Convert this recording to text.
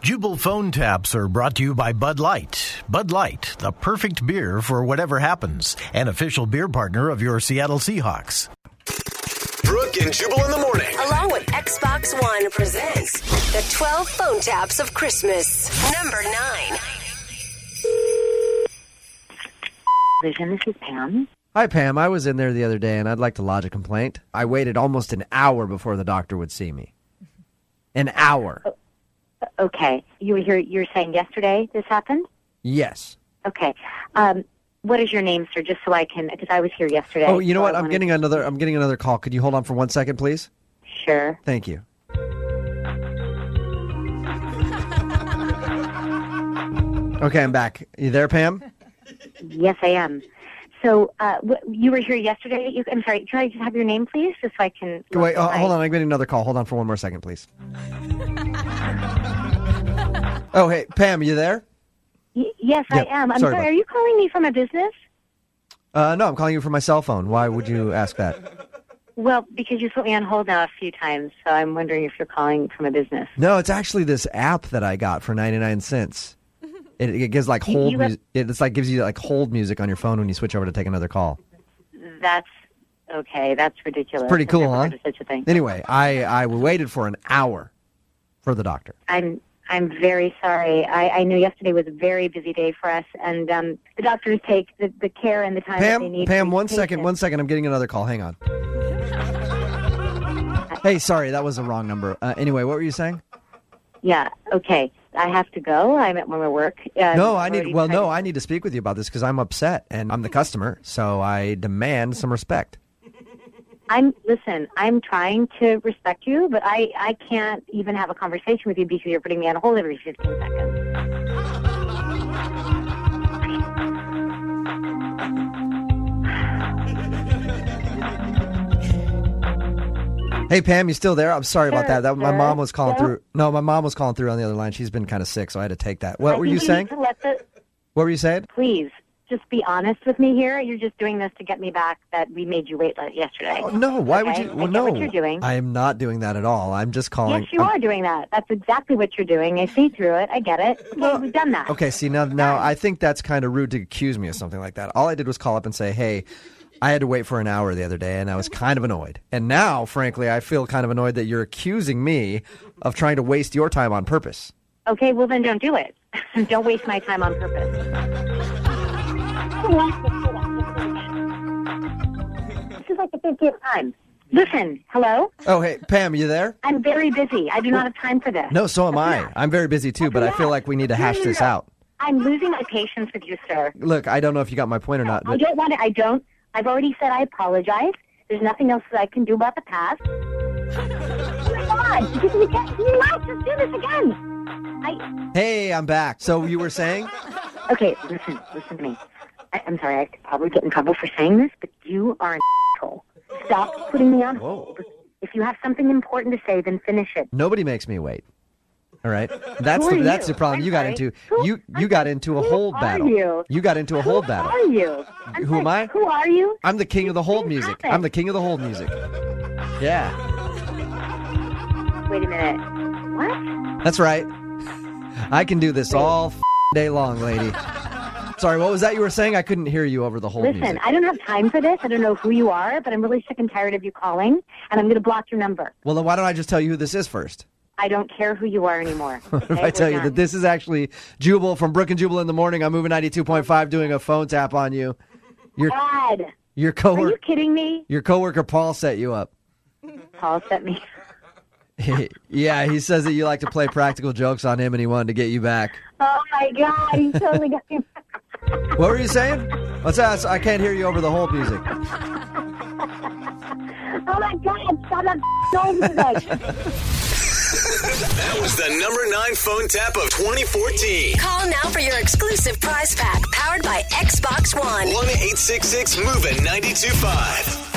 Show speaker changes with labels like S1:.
S1: Jubal phone taps are brought to you by Bud Light. Bud Light, the perfect beer for whatever happens, an official beer partner of your Seattle Seahawks.
S2: Brooke and Jubal in the morning.
S3: Along with Xbox One presents the 12 phone taps of Christmas. Number nine.
S4: Vision. This is Pam.
S5: Hi, Pam. I was in there the other day and I'd like to lodge a complaint. I waited almost an hour before the doctor would see me. An hour.
S4: Okay, you were here. You're saying yesterday this happened.
S5: Yes.
S4: Okay, um, what is your name, sir? Just so I can, because I was here yesterday.
S5: Oh, you know
S4: so
S5: what?
S4: I
S5: I'm
S4: wanna-
S5: getting another I'm getting another call. Could you hold on for one second, please?
S4: sure.
S5: Thank you. Okay, I'm back. You there, Pam?
S4: Yes, I am. So uh, wh- you were here yesterday. You, I'm sorry. Can I just have your name, please, just so I can? look
S5: Wait,
S4: at
S5: uh,
S4: my-
S5: hold on. I'm getting another call. Hold on for one more second, please. Oh, hey, Pam, you there?
S4: Y- yes,
S5: Yeah,
S4: I am. I'm
S5: sorry
S4: sorry.
S5: about-
S4: Are you calling me from a business?
S5: Uh, no, I'm calling you from my cell phone. Why would you ask that?
S4: Well, because you put me on hold now a few times, so I'm wondering if you're calling from a business.
S5: No, it's actually this app that I got for 99 cents. It, it gives like
S4: You-
S5: hold
S4: you have-
S5: music. It's like gives you like hold music on your phone when you switch over to take another call.
S4: That's okay. That's ridiculous.
S5: Pretty
S4: I've
S5: cool,
S4: never
S5: huh?
S4: heard of Such a thing.
S5: Anyway, I I waited for an hour for the doctor.
S4: I'm I'm very sorry. I, I knew yesterday was a very busy day for us, and um, the doctors take the, the care and the time that they
S5: Pam,
S4: need.
S5: Pam,
S4: for
S5: one
S4: these
S5: second,
S4: patients.
S5: one second. I'm getting another call. Hang on. hey, sorry, that was the wrong number. Uh, anyway, what were you saying?
S4: Yeah. Okay. I have to go. I'm at my work. Um,
S5: No, I
S4: I'm
S5: need.
S4: already
S5: Well,
S4: trying
S5: no,
S4: to-
S5: I need to speak with you about this because I'm upset and I'm the customer, so I demand some respect.
S4: I'm listen. I'm trying to respect you, but I I can't even have a conversation with you because you're putting me on hold every 15 seconds.
S5: Hey Pam, you still there? I'm sorry about
S4: Sure,
S5: that. That my
S4: sir.
S5: mom was calling
S4: Yeah.
S5: through. No, my mom was calling through on the other line. She's been kind of sick, so I had to take that. What
S4: I
S5: were
S4: think
S5: you saying?
S4: Need to let the,
S5: What were you saying?
S4: please just be honest with me here. You're just doing this to get me back that we made you wait like yesterday.
S5: Oh, no, why would
S4: Okay,
S5: you?
S4: I
S5: Well,
S4: get
S5: no,
S4: what you're doing.
S5: I am not doing that at all. I'm just calling.
S4: Yes, you
S5: I'm-
S4: are doing that. That's exactly what you're doing. I see through it. I get it. Okay, we've done that.
S5: Okay, see now, now I think that's kind of rude to accuse me of something like that. All I did was call up and say, "Hey, I had to wait for an hour the other day, and I was kind of annoyed. And now, frankly, I feel kind of annoyed that you're accusing me of trying to waste your time on purpose."
S4: Okay, well then don't do it. don't waste my time on purpose. this is like the 50th time. Listen, hello?
S5: Oh, hey Pam, you there?
S4: I'm very busy. I do not have time for this.
S5: No, so am I. I'm very busy too, but I feel like we need to
S4: No,
S5: hash
S4: no, no,
S5: this
S4: no.
S5: out.
S4: I'm losing my patience with you, sir.
S5: Look, I don't know if you got my point or not,
S4: I
S5: but
S4: don't want to. I don't. I've already said I apologize. There's nothing else that I can do about the past. oh my God! This is again. You might just do this again. I.
S5: hey, I'm back. So you were saying?
S4: Okay, listen, listen to me. I, I'm sorry, I could probably get in trouble for saying this, but you are an asshole. Stop putting me on hold. If you have something important to say, then finish it.
S5: Nobody makes me wait. All right, that's
S4: Who
S5: the,
S4: are
S5: that's
S4: you?
S5: the problem
S4: I'm
S5: you got
S4: sorry.
S5: into.
S4: Who-
S5: You
S4: I'm
S5: you got into a
S4: Who
S5: hold
S4: are
S5: battle.
S4: you?
S5: got into a hold
S4: who
S5: battle.
S4: are you? I'm
S5: Who am
S4: sorry,
S5: I?
S4: Who are you?
S5: I'm the king of the hold
S4: Things
S5: music.
S4: happen.
S5: I'm the king of the hold music. Yeah,
S4: Wait a minute. What?
S5: that's right. I can do this all f- day long, lady. Sorry, what was that you were saying? I couldn't hear you over the hold
S4: Listen,
S5: music.
S4: I don't have time for this. I don't know who you are, but I'm really sick and tired of you calling, and I'm going to block your number.
S5: Well, then why don't I just tell you who this is first?
S4: I don't care who you are anymore.
S5: if I tell you that this is actually Jubal from Brook and Jubal in the morning. I'm moving 92.5 doing a phone tap on you.
S4: God,
S5: Your
S4: are you
S5: coworker,
S4: kidding me?
S5: your coworker Paul set you up.
S4: Paul sent me.
S5: yeah, he says that you like to play practical jokes on him and he wanted to get you back.
S4: Oh my God, he totally got me.
S5: What were you saying? What's that? I can't hear you over the whole music.
S4: Oh my God, shut up, no music.
S2: That was the number nine phone tap of 2014.
S3: Call now for your exclusive prize pack powered by Xbox
S2: 1
S3: One.
S2: 866 Moving 925.